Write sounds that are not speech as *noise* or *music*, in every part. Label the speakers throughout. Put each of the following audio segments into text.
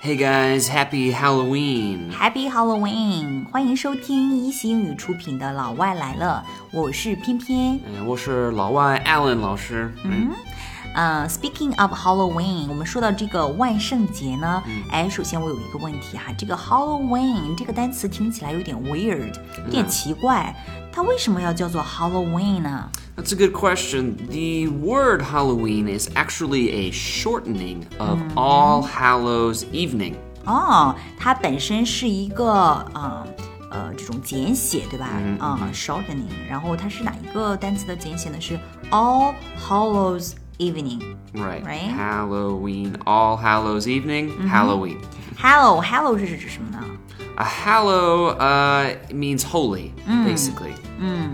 Speaker 1: Hey guys, happy Halloween！
Speaker 2: Happy Halloween！欢迎收听一席英语出品的《老外来了》，我是偏偏。
Speaker 1: 嗯，我是老外 Alan 老师。嗯，
Speaker 2: 呃、s p e a k i n g of Halloween，我们说到这个万圣节呢，哎，首先我有一个问题哈、这个 Halloween 这个单词听起来有点 weird，有点奇怪，它为什么要叫做 Halloween 呢？
Speaker 1: that's a good question. The word Halloween is actually a shortening of All Hallows Evening.
Speaker 2: 哦，它本身是一个啊呃这种简写对吧？啊、s h o r t e n i n g 然后它是哪一个单词的简写呢？是 All Hallows Evening。
Speaker 1: Right.
Speaker 2: Right.
Speaker 1: Halloween, All Hallows Evening, Halloween.
Speaker 2: Hallow Hallow 是指什么呢？
Speaker 1: A hallow uh, means holy, basically.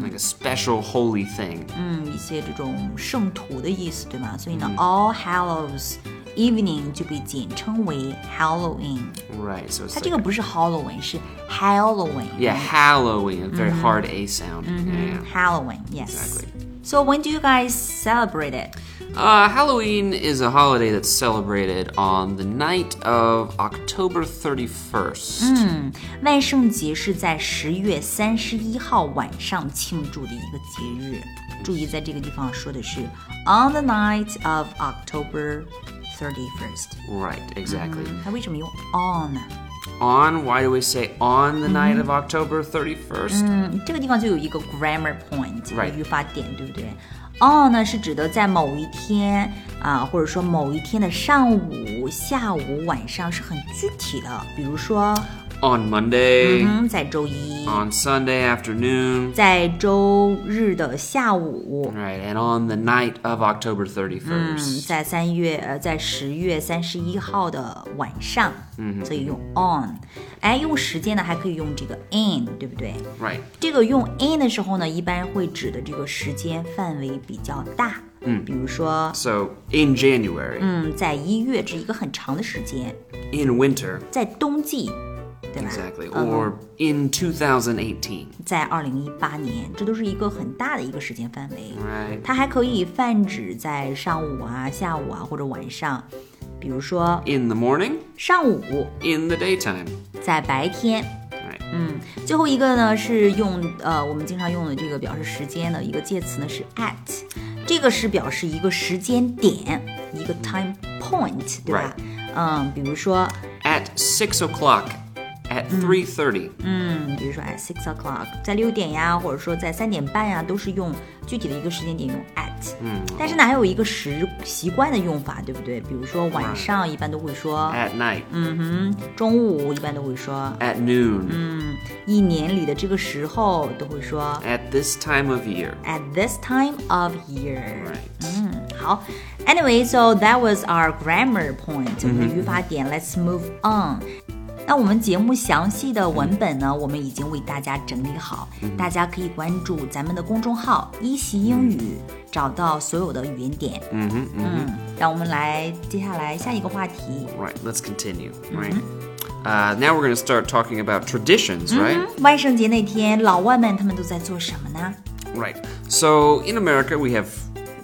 Speaker 1: Like a special holy thing.
Speaker 2: 嗯，一些这种圣徒的意思，对吗？所以呢、a l l Hallows Evening 就被简称为 Halloween。
Speaker 1: Right. So it's
Speaker 2: 它
Speaker 1: like
Speaker 2: 这个不是 Halloween，是 Halloween。
Speaker 1: Yeah, Halloween, a very hard A sound. Yeah, yeah.
Speaker 2: Halloween, yes.
Speaker 1: Exactly.
Speaker 2: So when do you guys celebrate it?
Speaker 1: Uh, Halloween is a holiday that's celebrated on the night of October 31st.
Speaker 2: 万圣节是在十月三十一号晚上庆祝的一个节日。注意，在这个地方说的是 on the night of October thirty first。
Speaker 1: Right, exactly.
Speaker 2: 它为什么用 on 呢？
Speaker 1: On, why do we say on the night of October 31st?
Speaker 2: 这个地方就有一个 grammar point，一个
Speaker 1: Right.
Speaker 2: 语法点，对不对？On 呢是指的在某一天啊，或者说某一天的上午、下午、晚上是很具体的，比如说，
Speaker 1: On Monday,
Speaker 2: 嗯，在周一，
Speaker 1: on Sunday afternoon.
Speaker 2: 在周日的下午，嗯
Speaker 1: Right, and on the night of October 31st.
Speaker 2: 在三月呃，在十月三十一号的晚上，嗯，所以用 on，哎，用时间呢还可以用这个 in，对不对？
Speaker 1: Right.
Speaker 2: 这个用 in 的时候呢，一般会指的这个时间范围比较大，嗯，比如说，
Speaker 1: So, in January,
Speaker 2: 嗯，在一月指一个很长的时间，
Speaker 1: in winter,
Speaker 2: 在冬季，对吧
Speaker 1: exactly, or in 2018.
Speaker 2: 在二零一八年，这都是一个很大的一个时间范围。
Speaker 1: Right.
Speaker 2: 它还可以泛指在上午啊、下午啊或者晚上，比如说
Speaker 1: In the morning,
Speaker 2: 上午
Speaker 1: in the daytime.
Speaker 2: 在白天。
Speaker 1: Right.
Speaker 2: 最后一个呢是用呃我们经常用的这个表示时间的一个介词呢是 at，这个是表示一个时间点，一个 time point，对吧嗯，比如说
Speaker 1: at six o'clock, at three thirty.
Speaker 2: 嗯，比如说 at six o'clock，在六点呀，或者说在三点半呀，都是用具体的一个时间点用 at。嗯，但是呢，还有一个时习惯的用法，对不对？比如说晚上一般都会说
Speaker 1: at night,
Speaker 2: 中午一般都会说
Speaker 1: at noon,
Speaker 2: 一年里的这个时候都会说
Speaker 1: at this time of year.
Speaker 2: at this time of year。
Speaker 1: Right.
Speaker 2: 好，Anyway, so that was our grammar point，我们的语法点。Let's move on。那我们节目详细的文本呢，我们已经为大家整理好，大家可以关注咱们的公众号“一席英语”，找到所有的语言点。嗯嗯，让我们来接下来下一个话题。
Speaker 1: Right. Let's continue. Right. Uh, now we're going to start talking about traditions, right?
Speaker 2: 万圣节那天，老外们他们都在做什么呢？
Speaker 1: Right. So in America, we have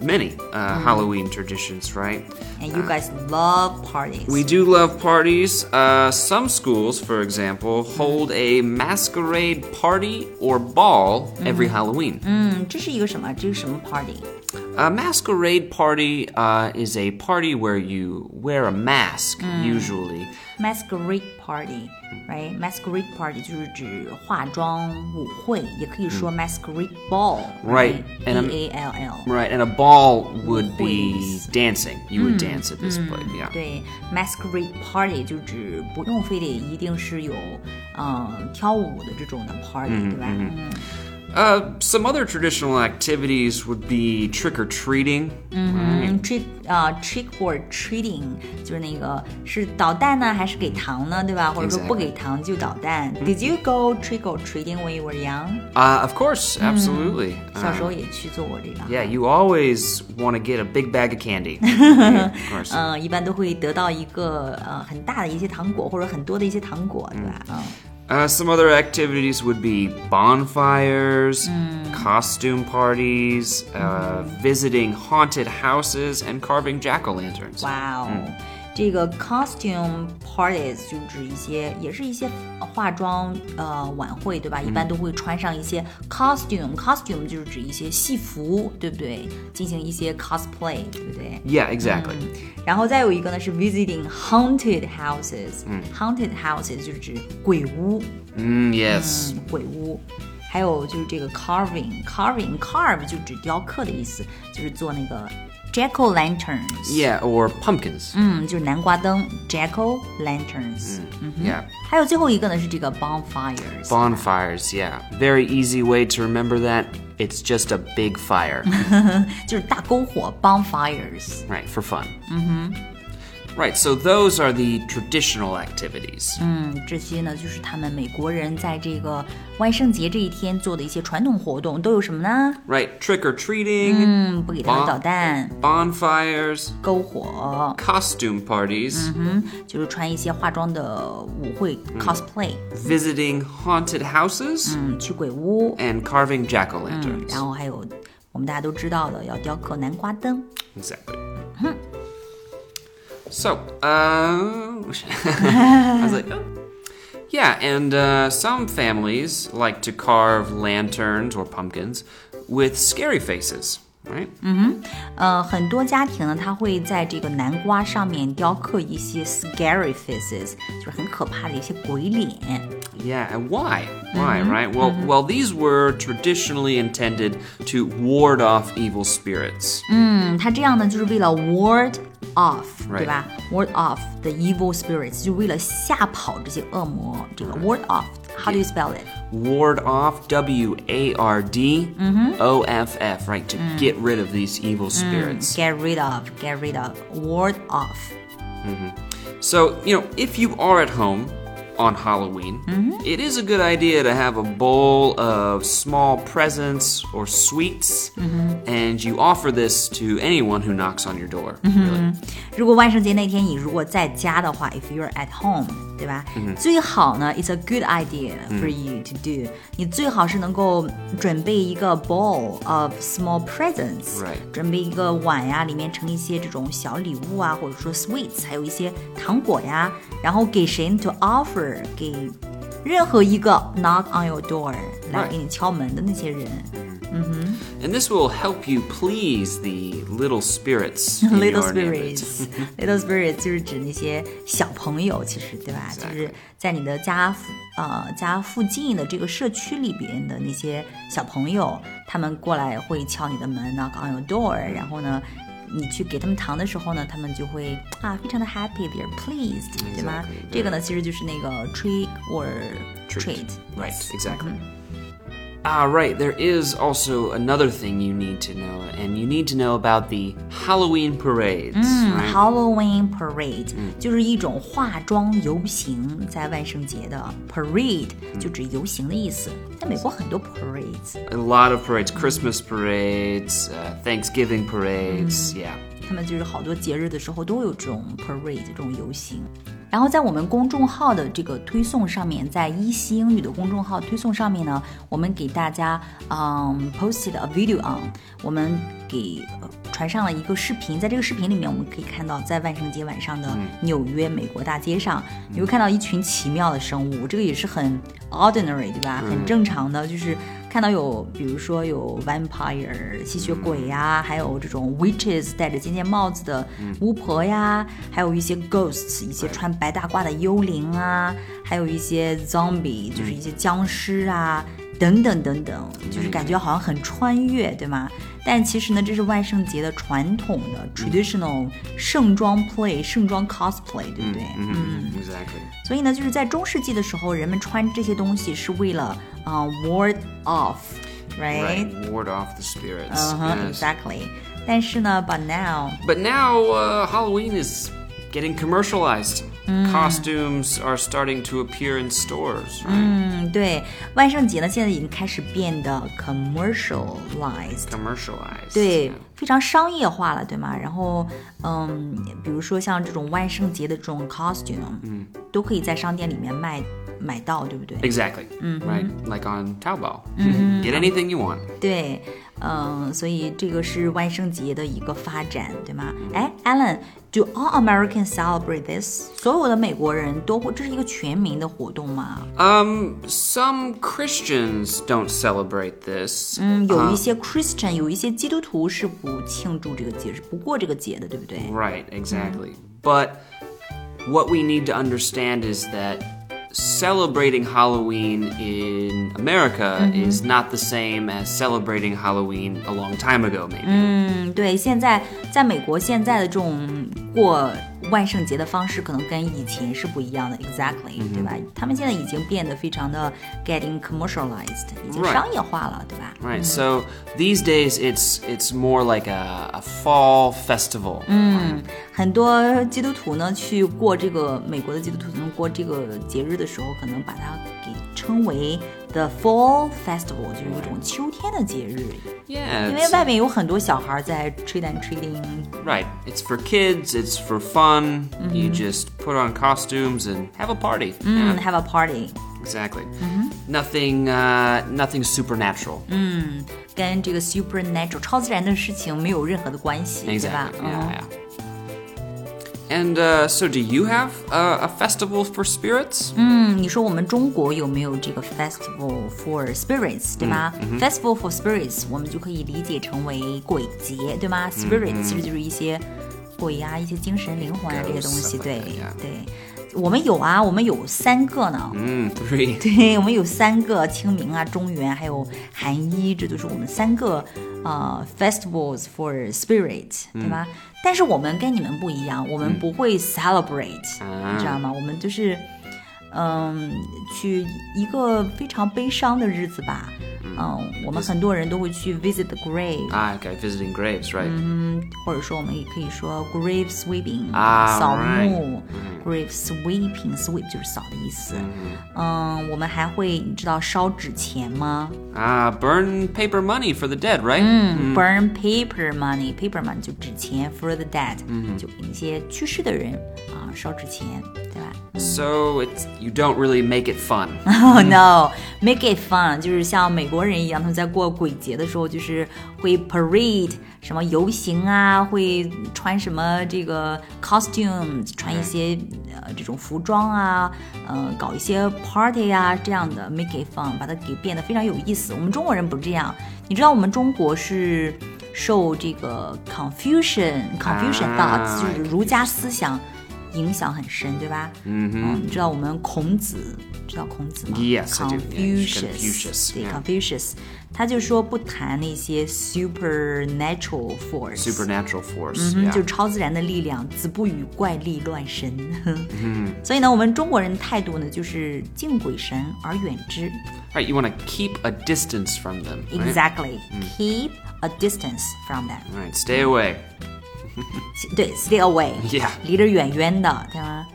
Speaker 1: many uh, Halloween traditions, right?
Speaker 2: And you guys love parties.
Speaker 1: We do love parties. Uh, some schools, for example, hold a masquerade party or ball every Halloween.
Speaker 2: 嗯，这是一个什么？这是什么 party？
Speaker 1: A masquerade party uh, is a party where you wear a mask, usually.
Speaker 2: masquerade party，right? masquerade party 就是指化妆舞会，也可以说 masquerade ball，right?
Speaker 1: 嗯 Right,
Speaker 2: B
Speaker 1: and I'm-
Speaker 2: A L L。
Speaker 1: Right, and a ball would be
Speaker 2: Please.
Speaker 1: dancing. You would dance at this place, yeah.
Speaker 2: 对，masquerade party 就指不用非得一定是有嗯跳舞的这种的 party，、对吧？嗯
Speaker 1: Uh, some other traditional activities would be trick or treating.
Speaker 2: 嗯，trick 啊、trick or treating 就是那个是捣蛋呢，还是给糖呢，对吧？或者说
Speaker 1: Exactly. 嗯
Speaker 2: 不给糖就捣蛋。Did you go trick or treating when you were young？、
Speaker 1: Uh, of course, absolutely.
Speaker 2: 小
Speaker 1: Uh,
Speaker 2: 时候也去做过这个。
Speaker 1: yeah, you always want to get a big bag of candy. Yeah, of course.
Speaker 2: 嗯，一般都会得到一个呃很大的一些糖果，或者很多的一些糖果，对吧？嗯，
Speaker 1: Uh, some other activities would be bonfires, costume parties, uh, visiting haunted houses, and carving jack o' lanterns.
Speaker 2: 哇哦，这个 costume parties 就指一些，也是一些化妆呃晚会，对吧？一般都会穿上一些 costume，costume、就是指一些戏服，对不对？进行一些 cosplay，对不对？
Speaker 1: Yeah, exactly.
Speaker 2: 然后再有一个呢是 visiting haunted houses，嗯，haunted houses 就是指鬼屋，
Speaker 1: Mm, yes.
Speaker 2: 嗯，鬼屋。还有就是这个 carving，carving carve 就指雕刻的意思，就是做那个 jack o' lanterns，
Speaker 1: Yeah, or pumpkins.
Speaker 2: 嗯，就是南瓜灯 jack o' lanterns。
Speaker 1: Yeah.
Speaker 2: 还有最后一个呢是这个 bonfires。
Speaker 1: Bonfires, yeah. Very easy way to remember that. It's just a big fire.
Speaker 2: 就是大篝火 bonfires。
Speaker 1: right, for fun. Mm-hmm. Right, so those are the traditional activities.
Speaker 2: 嗯，这些呢就是他们美国人在这个万圣节这一天做的一些传统活动，都有什么呢？
Speaker 1: Right, trick or treating,
Speaker 2: 嗯，不给他们捣蛋，
Speaker 1: bonfires,
Speaker 2: 篝火，
Speaker 1: costume parties,
Speaker 2: 就是穿一些化妆的舞会 cosplay，
Speaker 1: visiting haunted houses,
Speaker 2: 嗯，去鬼屋，
Speaker 1: and carving jack o' lanterns.
Speaker 2: 然后还有我们大家都知道的要雕刻南瓜灯。
Speaker 1: Exactly. So, uh, *laughs* I was like, oh. yeah, and uh, some families like to carve lanterns or pumpkins with scary faces, right?
Speaker 2: 呃，很多家庭呢，它会在这个南瓜上面雕刻一些 scary faces，就是很可怕的一些鬼脸。
Speaker 1: Yeah, and why? Why, right? Well, well, these were traditionally intended to ward off evil spirits.
Speaker 2: 嗯，他这样呢，就是为了 ward off，、对
Speaker 1: Right.
Speaker 2: 吧？ward off the evil spirits，就为了吓跑这些恶魔。这个 ward off，how do you spell it？
Speaker 1: Ward off, W A R D O F F, right? To get rid of these evil spirits.
Speaker 2: Get rid of，get rid of，ward off。
Speaker 1: So, you know, if you are at home on Halloween, it is a good idea to have a bowl of small presents or sweets, and you offer this to anyone who knocks on your door. Really.
Speaker 2: 如果万圣节那天你如果在家的话，if you're at home，对吧？
Speaker 1: 嗯
Speaker 2: 最好呢，it's a good idea for you to do、你最好是能够准备一个 bowl of small presents，、
Speaker 1: Right
Speaker 2: 准备一个碗呀，里面盛一些这种小礼物啊，或者说 sweets，还有一些糖果呀，然后给谁 to offer 给任何一个 knock on your door 来
Speaker 1: Right
Speaker 2: 给你敲门的那些人
Speaker 1: And this will help you please the little spirits. in
Speaker 2: Little
Speaker 1: your neighborhood.
Speaker 2: spirits，little spirits 就是指那些小朋友，其实对吧
Speaker 1: Exactly.
Speaker 2: 就是在你的家附呃家附近的这个社区里边的那些小朋友，他们过来会敲你的门，knock on your door，然后呢，你去给他们糖的时候呢，他们就会啊非常的 happy，they're pleased，对吧
Speaker 1: Exactly,
Speaker 2: 这个呢其实就是那个 trick or treat，Mm-hmm.
Speaker 1: Right, exactly. Ah, right. There is also another thing you need to know, and you need to know about the Halloween parades.
Speaker 2: Mm.
Speaker 1: right?
Speaker 2: 嗯 Halloween parade、就是一种化妆游行，在万圣节的 parade、就指游行的意思。在美国很多 parades，
Speaker 1: A lot of parades, Christmas parades, uh, Thanksgiving parades.
Speaker 2: Mm-hmm.
Speaker 1: Yeah.
Speaker 2: 他们就是好多节日的时候都会有这种 parade 这种游行。然后在我们公众号的这个推送上面，在一席英语的公众号推送上面呢，我们给大家嗯 posted a video on，我们给呃传上了一个视频，在这个视频里面，我们可以看到在万圣节晚上的纽约美国大街上，你会看到一群奇妙的生物，这个也是很 ordinary 对吧？很正常的，就是看到有比如说有 vampire 吸血鬼呀、还有这种 witches 戴着尖尖帽子的巫婆呀，还有一些 ghosts 一些穿白大褂的幽灵啊，还有一些 zombie 就是一些僵尸啊。等等等等，就是感觉好像很穿越，对吗？但其实呢，这是万圣节的传统的 traditional 盛装 play、盛装 cosplay，对不对？Mm-hmm.
Speaker 1: Exactly.
Speaker 2: 所以呢，就是在中世纪的时候，人们穿这些东西是为了啊、ward off，right？
Speaker 1: Right. Ward off the spirits.
Speaker 2: 嗯哼
Speaker 1: yes.
Speaker 2: Uh-huh, ，exactly。但是呢，but now
Speaker 1: But now uh, Halloween is getting commercialized.
Speaker 2: Mm.
Speaker 1: Costumes are starting to appear in stores. Right?
Speaker 2: 嗯，对，万圣节呢，现在已经开始变得 commercialized。
Speaker 1: Commercialized.
Speaker 2: 对
Speaker 1: yeah.，
Speaker 2: 非常商业化了，对吗？然后，嗯，比如说像这种万圣节的这种 costume，嗯，都可以在商店里面卖买到，对不对？Mm-hmm.
Speaker 1: Exactly. Right. Like on Taobao. Get anything you want.
Speaker 2: 对，嗯，所以这个是万圣节的一个发展，对吗？哎，Alan，Do all Americans celebrate this？所有的美国人都会，这是一个全民的活动吗？
Speaker 1: Um, some Christians don't celebrate this.
Speaker 2: 嗯，有一些
Speaker 1: 啊
Speaker 2: Christian，有一些基督徒是不庆祝这个节，是不过这个节的，对不对？
Speaker 1: Right, exactly. But what we need to understand is that celebrating Halloween in America is not the same as celebrating Halloween a long time ago, maybe.
Speaker 2: 嗯，对，现在在美国现在的这种过万圣节的方式，可能跟以前是不一样的，exactly，、对
Speaker 1: 嗯
Speaker 2: 吧？他们现在已经变得非常的 getting commercialized，已经
Speaker 1: Right
Speaker 2: 商业化了，对吧？
Speaker 1: Right, so these days it's it's more like a, a fall festival.
Speaker 2: 很多基督徒呢去过这个美国的基督徒呢过这个节日的时候，可能把它给称为 the fall festival，就是一种秋天的节日，
Speaker 1: Yeah,
Speaker 2: 因为
Speaker 1: it's-
Speaker 2: 外面有很多小孩在 trick and treating。
Speaker 1: right. It's for kids. It's for fun. You just put on costumes and have a party. Yeah.
Speaker 2: 嗯，have a party，
Speaker 1: Exactly. Nothing, uh, nothing supernatural.
Speaker 2: 跟这个 supernatural 超自然的事情没有任何的关系，对吧
Speaker 1: Exactly.？
Speaker 2: 嗯
Speaker 1: Yeah, yeah. And uh, so, do you have uh, a festival for spirits?
Speaker 2: 嗯，你说我们中国有没有这个 festival for spirits，对吗、f e s t i v a l for spirits，我们就可以理解成为鬼节，对吗？spirit、其实就是一些鬼啊、一些精神、灵魂啊这些东
Speaker 1: Ghosts,
Speaker 2: 西，
Speaker 1: stuff like
Speaker 2: 对
Speaker 1: that, yeah.
Speaker 2: 对。我们有啊，我们有三个呢。
Speaker 1: Mm, three.
Speaker 2: 对，我们有三个清明啊、中元还有寒衣，这都是我们三个呃 festivals for spirit，对吧？但是我们跟你们不一样，我们不会 celebrate，、你知道吗？我们就是嗯，去一个非常悲伤的日子吧。嗯，我们很多人都会去 visit the grave，、
Speaker 1: Ah, okay, visiting graves, right?
Speaker 2: 或者说我们也可以说 grave sweeping，、
Speaker 1: 啊
Speaker 2: 扫
Speaker 1: right
Speaker 2: 墓。grave sweeping，sweep 就是扫的意思。嗯，我们还会你知道烧纸钱吗？
Speaker 1: Ah, burn paper money for the dead, right?
Speaker 2: 嗯，burn paper money，paper money 就纸钱，for the dead，就给那些去世的人啊烧纸钱，对吧？
Speaker 1: So it's you don't really make it fun.
Speaker 2: Oh no, make it fun，就是像美国人一样，他们在过鬼节的时候，就是会 parade 什么游行啊，会穿什么这个 costume，穿一些呃这种服装啊，呃搞一些 party 啊这样的 make it fun，把它给变得非常有意思。我们中国人不这样，你知道我们中国是受这个 Confucian Confucian
Speaker 1: 啊
Speaker 2: thoughts，就是儒家思想。影响很深，对吧？嗯你知道我们孔子，知道孔子吗
Speaker 1: Yes, I do. Yeah,
Speaker 2: Confucius，
Speaker 1: Confucius, 嗯
Speaker 2: 对
Speaker 1: yeah.
Speaker 2: Confucius，他就说不谈那些 supernatural force。
Speaker 1: Supernatural force.
Speaker 2: 嗯
Speaker 1: yeah.
Speaker 2: 就是超自然的力量，子不语怪力乱神。
Speaker 1: 嗯
Speaker 2: *laughs* 所以呢，我们中国人的态度呢，就是敬鬼神而远之。
Speaker 1: Right, you want to keep a distance from them. Right?
Speaker 2: Exactly,
Speaker 1: 嗯
Speaker 2: keep a distance from them.
Speaker 1: Right, stay away.
Speaker 2: 对，stay away，、
Speaker 1: Yeah
Speaker 2: 离得远远的，对吗？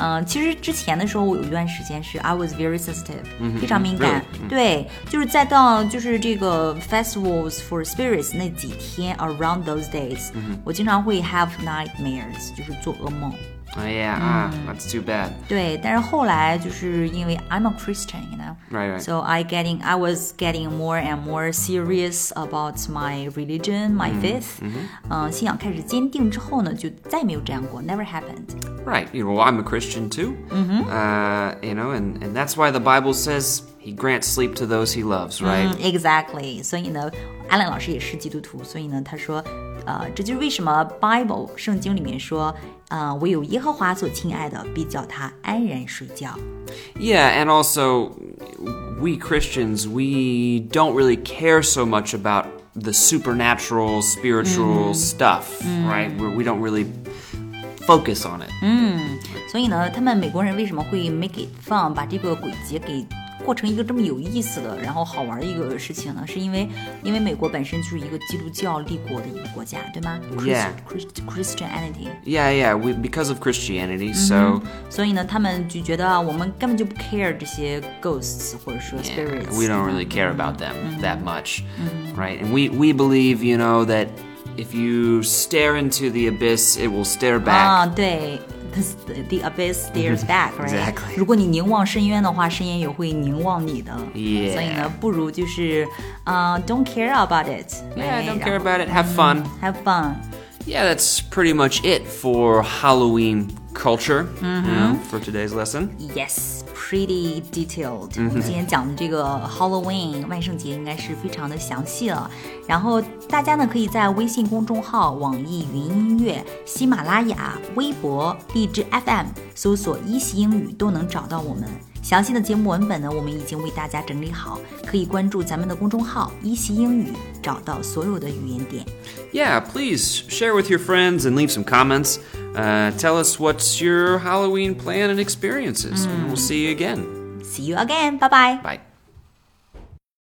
Speaker 2: 嗯、其实之前的时候，我有一段时间是 I was very sensitive，、非常敏感。对，就是再到就是这个 festivals for spirits 那几天 around those days，、我经常会 have nightmares，就是做噩梦。
Speaker 1: Oh yeah, ah, that's too bad.
Speaker 2: 对，但是后来就是因为 I'm a Christian, you know,
Speaker 1: Right, right.
Speaker 2: So I getting I was getting more and more serious about my religion, my
Speaker 1: Mm-hmm,
Speaker 2: faith. 嗯、信仰开始坚定之后呢，就再没有这样过，never happened.
Speaker 1: Right. You know, well, I'm a Christian too. Mm-hmm. Uh, you know, and, and that's why the Bible says he grants sleep to those he loves, right?
Speaker 2: 嗯，exactly. 所以呢，阿兰老师也是基督徒，所以呢，他说，呃，这就是为什么 Bible 圣经里面说，呃，唯有耶和华所亲爱的，必叫他安然睡觉。
Speaker 1: Yeah, and also, we Christians, we don't really care so much about the supernatural, spiritual stuff, right? We're, we don't really focus on it.
Speaker 2: 所以呢，他们美国人为什么会 make it fun，把这个鬼节给过成一个这么有意思的，然后好玩的一个事情呢？是因为因为美国本身就是一个基督教立国的一个国家，对吗
Speaker 1: Yeah.
Speaker 2: Christ- Christ- Christianity。
Speaker 1: Yeah, yeah, we, because of Christianity, so
Speaker 2: 所以呢，他们就觉得啊我们根本就不 care 这些 ghosts 或者说 spirits，、
Speaker 1: we don't really care about them that much, right? And we, we believe, Ah, you know, that if you stare into the abyss, it will stare back. Mm-hmm.
Speaker 2: 啊，对 'cause the abyss stares back, right?
Speaker 1: Exactly.
Speaker 2: 如果你凝望深渊的话，深渊也会凝望你的。
Speaker 1: Yeah.
Speaker 2: 所以呢，不如就是呃、d o n t care about it.
Speaker 1: Yeah,
Speaker 2: 哎 right?
Speaker 1: don't
Speaker 2: 然
Speaker 1: care
Speaker 2: 后
Speaker 1: about it. Mm-hmm. Have fun.
Speaker 2: Have fun.
Speaker 1: Yeah, that's pretty much it for Halloween culture you know, for today's lesson.
Speaker 2: Yes, pretty detailed、我们今天讲的这个 Halloween 万圣节应该是非常的详细了。然后大家呢可以在微信公众号、网易云音乐、喜马拉雅、微博、荔枝 FM 搜索“一席英语”都能找到我们。详细的节目文本呢，我们已经为大家整理好，可以关注咱们的公众号“一席英语”，找到所有的语言点。
Speaker 1: Yeah, please share with your friends and leave some comments. Uh, tell us Mm. what's your Halloween plan and experiences. and We'll see you again.
Speaker 2: See you again，拜拜。
Speaker 1: Bye.